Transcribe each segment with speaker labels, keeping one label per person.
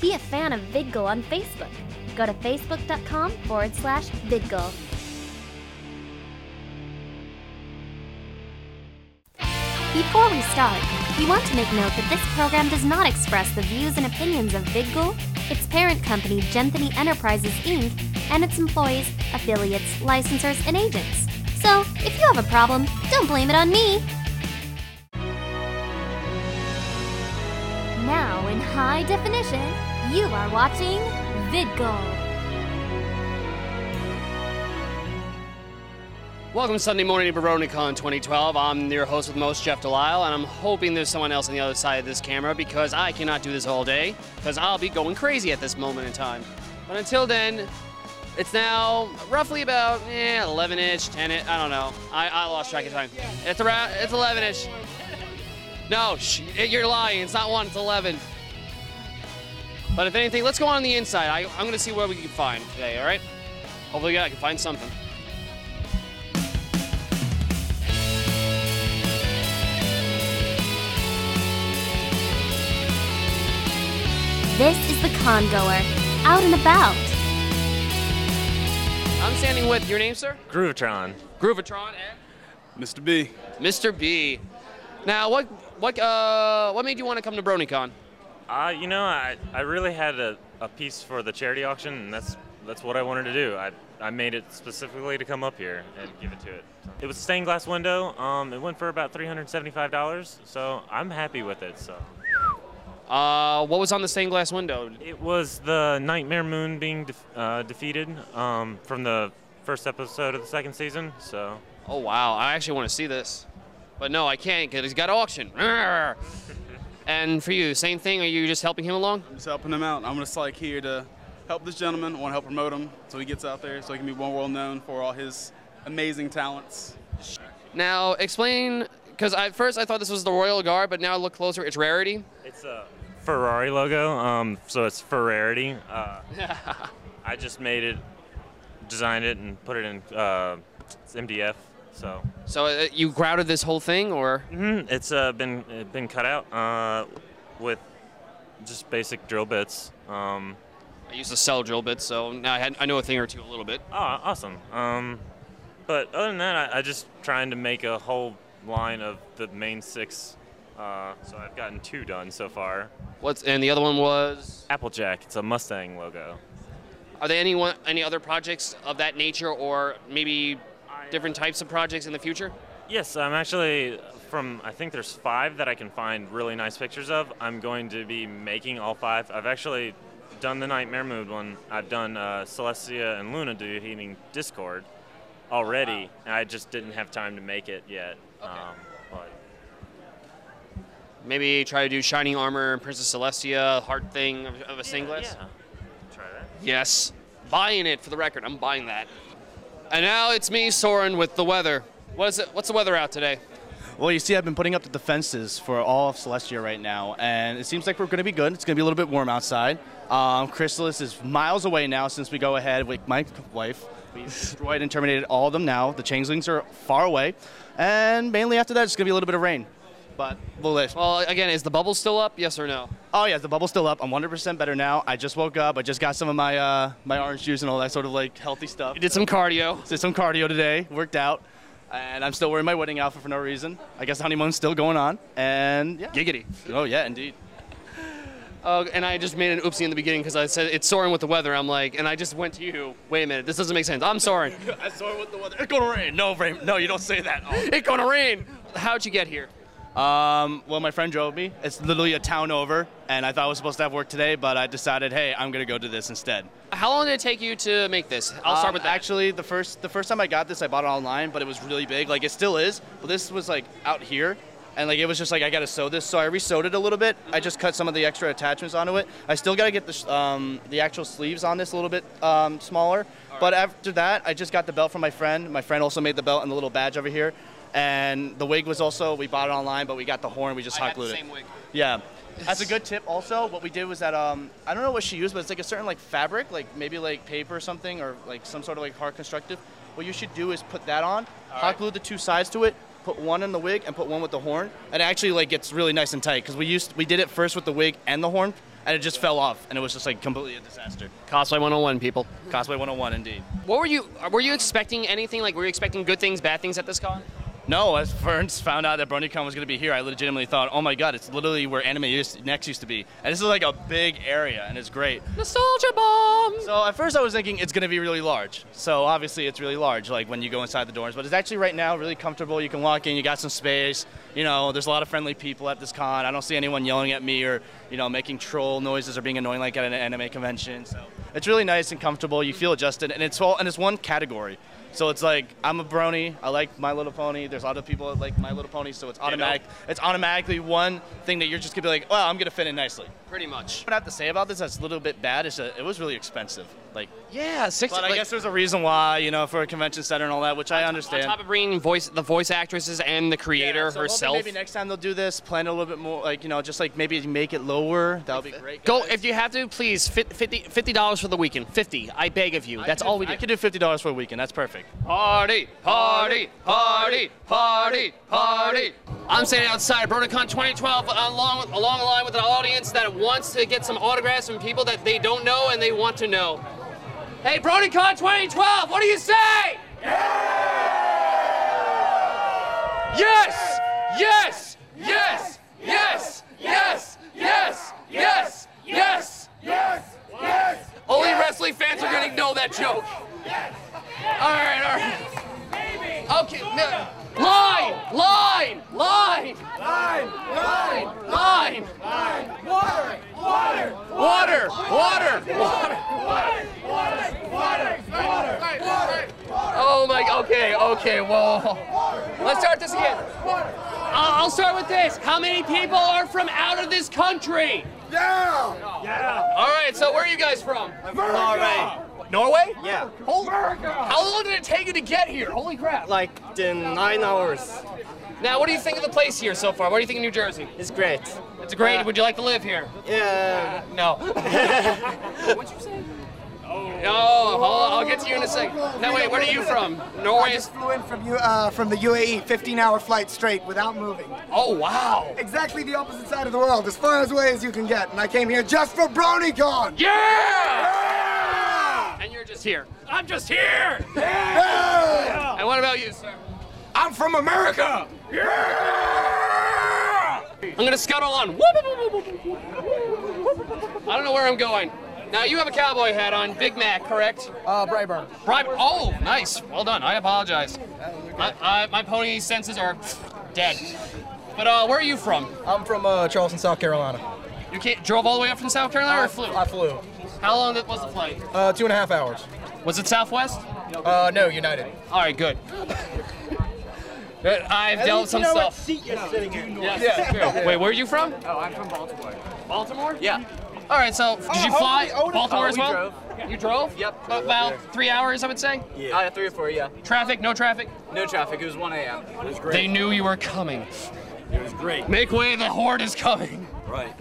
Speaker 1: Be a fan of VidGoal on Facebook. Go to facebook.com forward slash VidGoal. Before we start, we want to make note that this program does not express the views and opinions of VidGoal, its parent company Genthany Enterprises Inc., and its employees, affiliates, licensors, and agents. So, if you have a problem, don't blame it on me. Now, in high definition, you are watching VidGoal.
Speaker 2: Welcome to Sunday morning to BaroniCon 2012. I'm your host with most, Jeff Delisle, and I'm hoping there's someone else on the other side of this camera because I cannot do this all day because I'll be going crazy at this moment in time. But until then, it's now roughly about eh, 11 ish, 10 ish, I don't know. I, I lost track of time. It's around, it's 11 ish. No, sh- you're lying. It's not one, it's 11. But if anything, let's go on the inside. I, I'm going to see what we can find today, all right? Hopefully, yeah, I can find something.
Speaker 1: This is the congoer, out and about.
Speaker 2: I'm standing with your name, sir?
Speaker 3: Groovatron.
Speaker 2: Groovatron and
Speaker 4: Mr. B.
Speaker 2: Mr. B. Now, what what uh what made you want to come to BronyCon?
Speaker 3: Uh, you know, I, I really had a, a piece for the charity auction, and that's that's what I wanted to do. I, I made it specifically to come up here and give it to it. It was a stained glass window. Um, it went for about $375, so I'm happy with it. So
Speaker 2: Uh, what was on the stained glass window?
Speaker 3: It was the Nightmare Moon being def- uh, defeated um, from the first episode of the second season, so
Speaker 2: Oh wow, I actually want to see this, but no, I can't because he's got auction. Arrgh. And for you, same thing. Are you just helping him along?
Speaker 4: I'm just helping him out. I'm just like here to help this gentleman. I want to help promote him so he gets out there so he can be one world known for all his amazing talents.
Speaker 2: Now explain, because at first I thought this was the Royal Guard, but now I look closer, it's Rarity.
Speaker 3: It's a Ferrari logo, um, so it's Ferrarity. Uh, I just made it, designed it, and put it in uh, it's MDF. So
Speaker 2: So uh, you crowded this whole thing, or
Speaker 3: Mhm, it's uh, been it been cut out uh, with just basic drill bits. Um,
Speaker 2: I used to sell drill bits, so now I, had, I know a thing or two a little bit.
Speaker 3: oh, awesome. Um, but other than that, I, I just trying to make a whole line of the main six. Uh, so I've gotten two done so far.
Speaker 2: What's and the other one was?
Speaker 3: Applejack. It's a Mustang logo.
Speaker 2: Are there any one, any other projects of that nature, or maybe different types of projects in the future?
Speaker 3: Yes, I'm actually from. I think there's five that I can find really nice pictures of. I'm going to be making all five. I've actually done the Nightmare Mood one. I've done uh, Celestia and Luna defeating Discord already. and I just didn't have time to make it yet. Um, but
Speaker 2: Maybe try to do Shining Armor and Princess Celestia, Heart Thing of, of a singlet.
Speaker 3: Try that.
Speaker 2: Yes, buying it for the record. I'm buying that. And now it's me, Soren, with the weather. What is it? What's the weather out today?
Speaker 5: Well, you see, I've been putting up the defenses for all of Celestia right now, and it seems like we're going to be good. It's going to be a little bit warm outside. Um, Chrysalis is miles away now since we go ahead with my wife. We destroyed and terminated all of them now. The changelings are far away, and mainly after that, it's going to be a little bit of rain. But we'll live.
Speaker 2: Well, again, is the bubble still up? Yes or no?
Speaker 5: Oh yeah, the bubble's still up. I'm 100% better now. I just woke up. I just got some of my uh, my orange juice and all that sort of like healthy stuff.
Speaker 2: You did some cardio.
Speaker 5: Did some cardio today, worked out, and I'm still wearing my wedding outfit for no reason. I guess the honeymoon's still going on, and yeah.
Speaker 2: Giggity.
Speaker 5: Oh yeah, indeed.
Speaker 2: Uh, and I just made an oopsie in the beginning because I said it's Soren with the weather. I'm like, and I just went to you. Wait a minute, this doesn't make sense. I'm Soren.
Speaker 5: I saw with the weather. It's gonna rain. No rain. No, you don't say that.
Speaker 2: it's gonna rain. How'd you get here?
Speaker 5: Um, well, my friend drove me. It's literally a town over, and I thought I was supposed to have work today, but I decided, hey, I'm gonna go to this instead.
Speaker 2: How long did it take you to make this? I'll start
Speaker 5: Um,
Speaker 2: with that.
Speaker 5: Actually, the first the first time I got this, I bought it online, but it was really big. Like it still is, but this was like out here, and like it was just like I gotta sew this, so I re-sewed it a little bit. I just cut some of the extra attachments onto it. I still gotta get the sh- um, the actual sleeves on this a little bit um, smaller. But after that, I just got the belt from my friend. My friend also made the belt and the little badge over here. And the wig was also we bought it online, but we got the horn. We just hot glued it. Yeah. That's a good tip. Also, what we did was that um, I don't know what she used, but it's like a certain like fabric, like maybe like paper or something, or like some sort of like hard constructive. What you should do is put that on, hot glue the two sides to it, put one in the wig and put one with the horn, and it actually like gets really nice and tight because we used we did it first with the wig and the horn, and it just fell off, and it was just like completely a disaster.
Speaker 2: Cosplay 101, people.
Speaker 5: Cosplay 101, indeed.
Speaker 2: What were you? Were you expecting anything? Like, were you expecting good things, bad things at this con?
Speaker 5: No, as Ferns found out that BronyCon was going to be here, I legitimately thought, oh my god, it's literally where Anime used, Next used to be, and this is like a big area, and it's great.
Speaker 2: Nostalgia bomb.
Speaker 5: So at first I was thinking it's going to be really large. So obviously it's really large, like when you go inside the dorms. But it's actually right now really comfortable. You can walk in, you got some space. You know, there's a lot of friendly people at this con. I don't see anyone yelling at me or you know making troll noises or being annoying like at an anime convention. So it's really nice and comfortable. You feel adjusted, and it's all and it's one category. So it's like I'm a brony. I like My Little Pony. There's a lot of people that like My Little Pony, so it's automatic. It's automatically one thing that you're just gonna be like, well, I'm gonna fit in nicely.
Speaker 2: Pretty much.
Speaker 5: What I have to say about this that's a little bit bad is that it was really expensive. Like,
Speaker 2: Yeah, six.
Speaker 5: but I
Speaker 2: like-
Speaker 5: guess there's a reason why, you know, for a convention center and all that, which I understand.
Speaker 2: On top of bringing voice, the voice actresses and the creator
Speaker 5: Yeah, so hoping
Speaker 2: herself.
Speaker 5: Maybe next time they'll do this, plan it a little bit more, like you know, just like maybe make it lower. That would be great.
Speaker 2: Go if you have to, please. fif- Fifty dollars for the weekend. Fifty. I beg of you. That's all we do.
Speaker 5: I could do fifty dollars for a weekend. That's perfect.
Speaker 2: Party, party, party, party, party. I'm standing outside BronerCon 2012 along with, along the line with an audience that wants to get some autographs from people that they don't know and they want to know. Hey, BronerCon 2012, what do you say? Yes! Yes! Yes! Yes! Yes! Yes! Yes! Yes! Yes! Yes! Only wrestling fans are gonna know that joke. All right, all right. Okay, no. Line, line, line, line, line, line, water, water, water, water, water, water, water, water, water. Oh my. Okay, okay. Well, let's start this again. I'll I'll start with this. How many people are from out of this country? Yeah. All right. So where are you guys from? Norway? Yeah. How long did it take you to get here? Holy crap.
Speaker 6: Like in nine hours.
Speaker 2: Now, what do you think of the place here so far? What do you think of New Jersey?
Speaker 6: It's great.
Speaker 2: It's great. Would you like to live here? Uh,
Speaker 6: Yeah.
Speaker 2: No. What'd you say? Oh, hold on, I'll get to you in a second. No, wait, where are you from?
Speaker 7: I
Speaker 2: Norway is.
Speaker 7: just flew in from, U- uh, from the UAE, 15 hour flight straight without moving.
Speaker 2: Oh, wow.
Speaker 7: Exactly the opposite side of the world, as far away as you can get. And I came here just for BronyCon!
Speaker 2: Yeah! And you're just here. I'm just here! And what about you, sir?
Speaker 8: I'm from America.
Speaker 2: I'm gonna scuttle on. I don't know where I'm going. Now you have a cowboy hat on, Big Mac, correct?
Speaker 7: Uh, Brightburn.
Speaker 2: Right. Oh, nice. Well done. I apologize. My, I, my pony senses are dead. But uh, where are you from?
Speaker 7: I'm from uh, Charleston, South Carolina.
Speaker 2: You can't, drove all the way up from South Carolina or flew?
Speaker 7: I flew.
Speaker 2: How long did- was the flight?
Speaker 7: Uh, two and a half hours.
Speaker 2: Was it Southwest?
Speaker 7: Uh, no, United.
Speaker 2: All right, good. Uh, I've dealt with some stuff. Yes, that's true. Wait, where are you from? Oh, I'm from Baltimore. Baltimore? Yeah. All right, so did
Speaker 6: Oh,
Speaker 2: you fly Baltimore as well? You drove? Yep. About three hours, I would say.
Speaker 6: Yeah. Uh, three or four, yeah.
Speaker 2: Traffic? No traffic?
Speaker 6: No traffic. It was 1 a.m. It was great.
Speaker 2: They knew you were coming.
Speaker 6: it was great.
Speaker 2: Make way, the horde is coming.
Speaker 6: Right.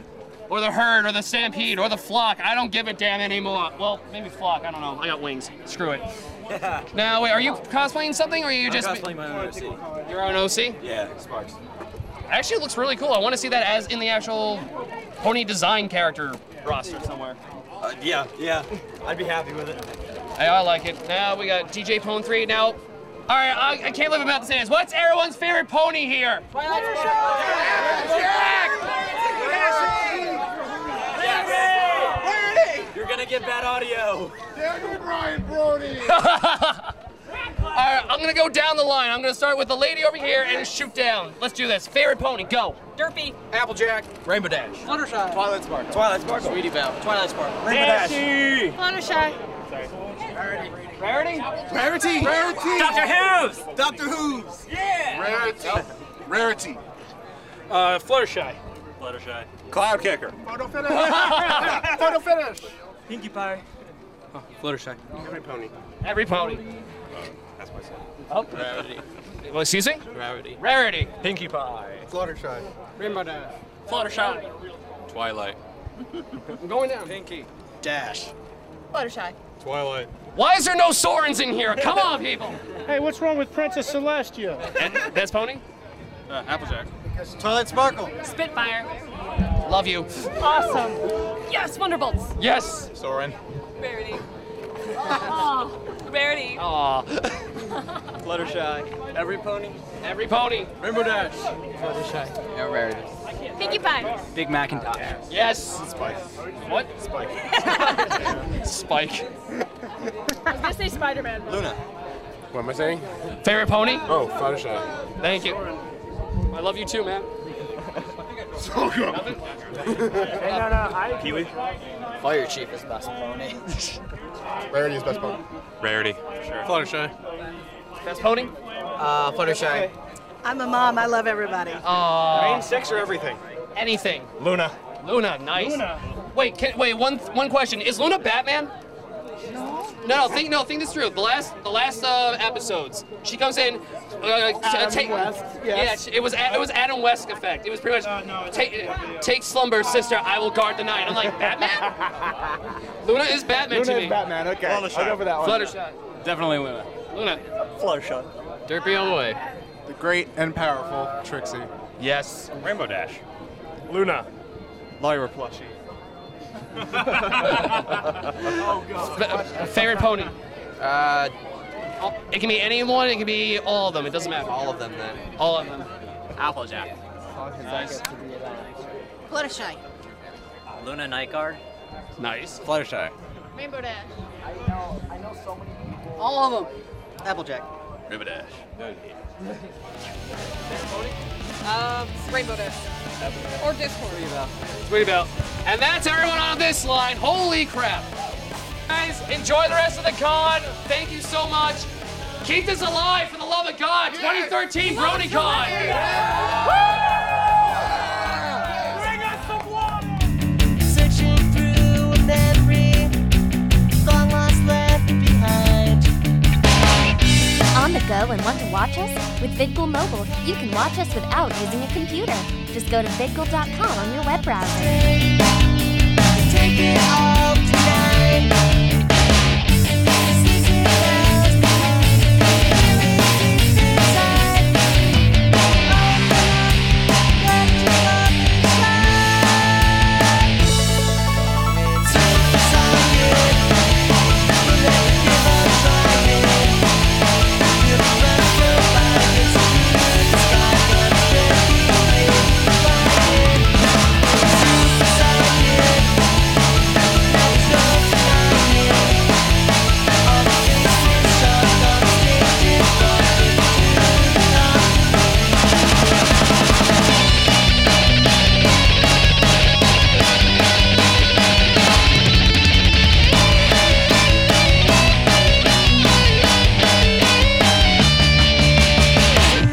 Speaker 2: Or the herd, or the stampede, or the flock. I don't give a damn anymore. Well, maybe flock. I don't know. I got wings. Screw it. now, wait, are you cosplaying something, or are you just
Speaker 6: cosplaying my own OC.
Speaker 2: your own OC?
Speaker 6: Yeah, Sparks.
Speaker 2: Actually, it looks really cool. I want to see that as in the actual pony design character roster somewhere.
Speaker 6: Uh, yeah, yeah. I'd be happy with it.
Speaker 2: Hey, I like it. Now we got DJ Pone 3. Now, all right, I, I can't live without this. dance. What's everyone's favorite pony here?
Speaker 6: You're gonna get bad audio.
Speaker 2: All right, I'm gonna go down the line. I'm gonna start with the lady over here and shoot down. Let's do this. Favorite pony, go.
Speaker 9: Derpy,
Speaker 6: Applejack. Rainbow Dash.
Speaker 9: Fluttershy,
Speaker 6: Twilight Sparkle. Twilight Sparkle. Sweetie Belle. Twilight Sparkle. Rainbow Dash.
Speaker 9: Fluttershy,
Speaker 2: Rarity?
Speaker 8: Rarity. Rarity.
Speaker 6: Doctor Who's.
Speaker 8: Doctor Who's. Yeah. Rarity. Rarity.
Speaker 10: Uh, Fluttershy.
Speaker 3: Fluttershy.
Speaker 8: Cloud Kicker.
Speaker 7: Photo finish! Photo finish!
Speaker 6: Pinkie Pie. Fluttershy.
Speaker 8: Every pony.
Speaker 2: Every pony.
Speaker 8: That's my son.
Speaker 6: Gravity.
Speaker 2: Well, excuse me?
Speaker 6: Gravity.
Speaker 2: Rarity.
Speaker 6: Pinkie Pie.
Speaker 7: Fluttershy.
Speaker 6: Rainbow Dash.
Speaker 2: Fluttershy.
Speaker 8: Twilight.
Speaker 2: I'm going down.
Speaker 6: Pinkie. Dash.
Speaker 9: Fluttershy.
Speaker 8: Twilight.
Speaker 2: Why is there no Sorens in here? Come on, people.
Speaker 10: Hey, what's wrong with Princess Celestia?
Speaker 2: That- That's pony?
Speaker 6: Applejack.
Speaker 9: Twilight Sparkle.
Speaker 11: Spitfire.
Speaker 2: Love you.
Speaker 11: Awesome. Yes, Wonderbolts.
Speaker 2: Yes.
Speaker 9: Soren.
Speaker 11: Rarity. Oh, Rarity.
Speaker 2: Aw.
Speaker 9: Fluttershy. Every pony.
Speaker 2: Every pony.
Speaker 9: Rainbow Dash.
Speaker 6: Fluttershy. No rarity.
Speaker 11: Pinkie Pie.
Speaker 6: Big Macintosh.
Speaker 2: Yes.
Speaker 9: Spike.
Speaker 2: What?
Speaker 9: Spike.
Speaker 2: Spike.
Speaker 11: I was gonna say Spider Man.
Speaker 9: Luna.
Speaker 8: What am I saying?
Speaker 2: Favorite pony?
Speaker 8: Oh, Fluttershy.
Speaker 2: Thank you. I love you too, man.
Speaker 8: So good.
Speaker 9: Pee Wee.
Speaker 6: Fire Chief is best pony.
Speaker 8: Rarity is best pony.
Speaker 9: Rarity. Sure. Fluttershy.
Speaker 2: Best pony?
Speaker 6: Uh, Fluttershy.
Speaker 12: I'm a mom. I love everybody.
Speaker 2: Aw.
Speaker 9: Main six or everything?
Speaker 2: Anything.
Speaker 9: Luna.
Speaker 2: Luna, nice. Wait, can, wait. One one question: Is Luna Batman? No, no, think no, think this through. The last, the last uh, episodes, she comes in. Uh, t-
Speaker 13: Adam
Speaker 2: take,
Speaker 13: West, yes. Uh,
Speaker 2: Yeah, she- it was a- it was Adam West effect. It was pretty much take take slumber, sister. I will guard the night. I'm like Batman. Luna is Batman
Speaker 13: Luna
Speaker 2: to
Speaker 13: is
Speaker 2: me.
Speaker 13: Batman, okay. Fluttershy. I'll go for that one.
Speaker 2: Fluttershy.
Speaker 9: Definitely Luna.
Speaker 2: Luna.
Speaker 9: Fluttershy.
Speaker 2: Derpy all the way.
Speaker 9: The great and powerful Trixie. Yes. Rainbow Dash. Luna. Lawyer plushie.
Speaker 2: Fa- favorite pony. Uh, it can be anyone. It can be all of them. It doesn't matter. All of them then. All of them. Applejack. Nice.
Speaker 12: Fluttershy.
Speaker 6: Luna Nightguard.
Speaker 2: Nice.
Speaker 9: Fluttershy.
Speaker 12: Rainbow Dash.
Speaker 6: All of them.
Speaker 9: Applejack. Rainbow Dash.
Speaker 14: Um, Rainbow Dash. Or Discord.
Speaker 2: Sweetie Belle. And that's everyone on this line. Holy crap. Guys, enjoy the rest of the con. Thank you so much. Keep this alive for the love of God. 2013 BronyCon.
Speaker 15: Searching through a memory, long lost left behind.
Speaker 1: On the go and want to watch us? With VidGul Mobile, you can watch us without using a computer. Just go to vidgul.com on your web browser.
Speaker 15: Take it all tonight.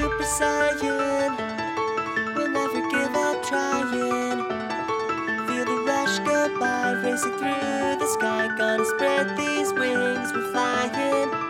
Speaker 15: Super Saiyan. We'll never give up trying. Feel the rush go by, racing through the sky. Gonna spread these wings, we're flying.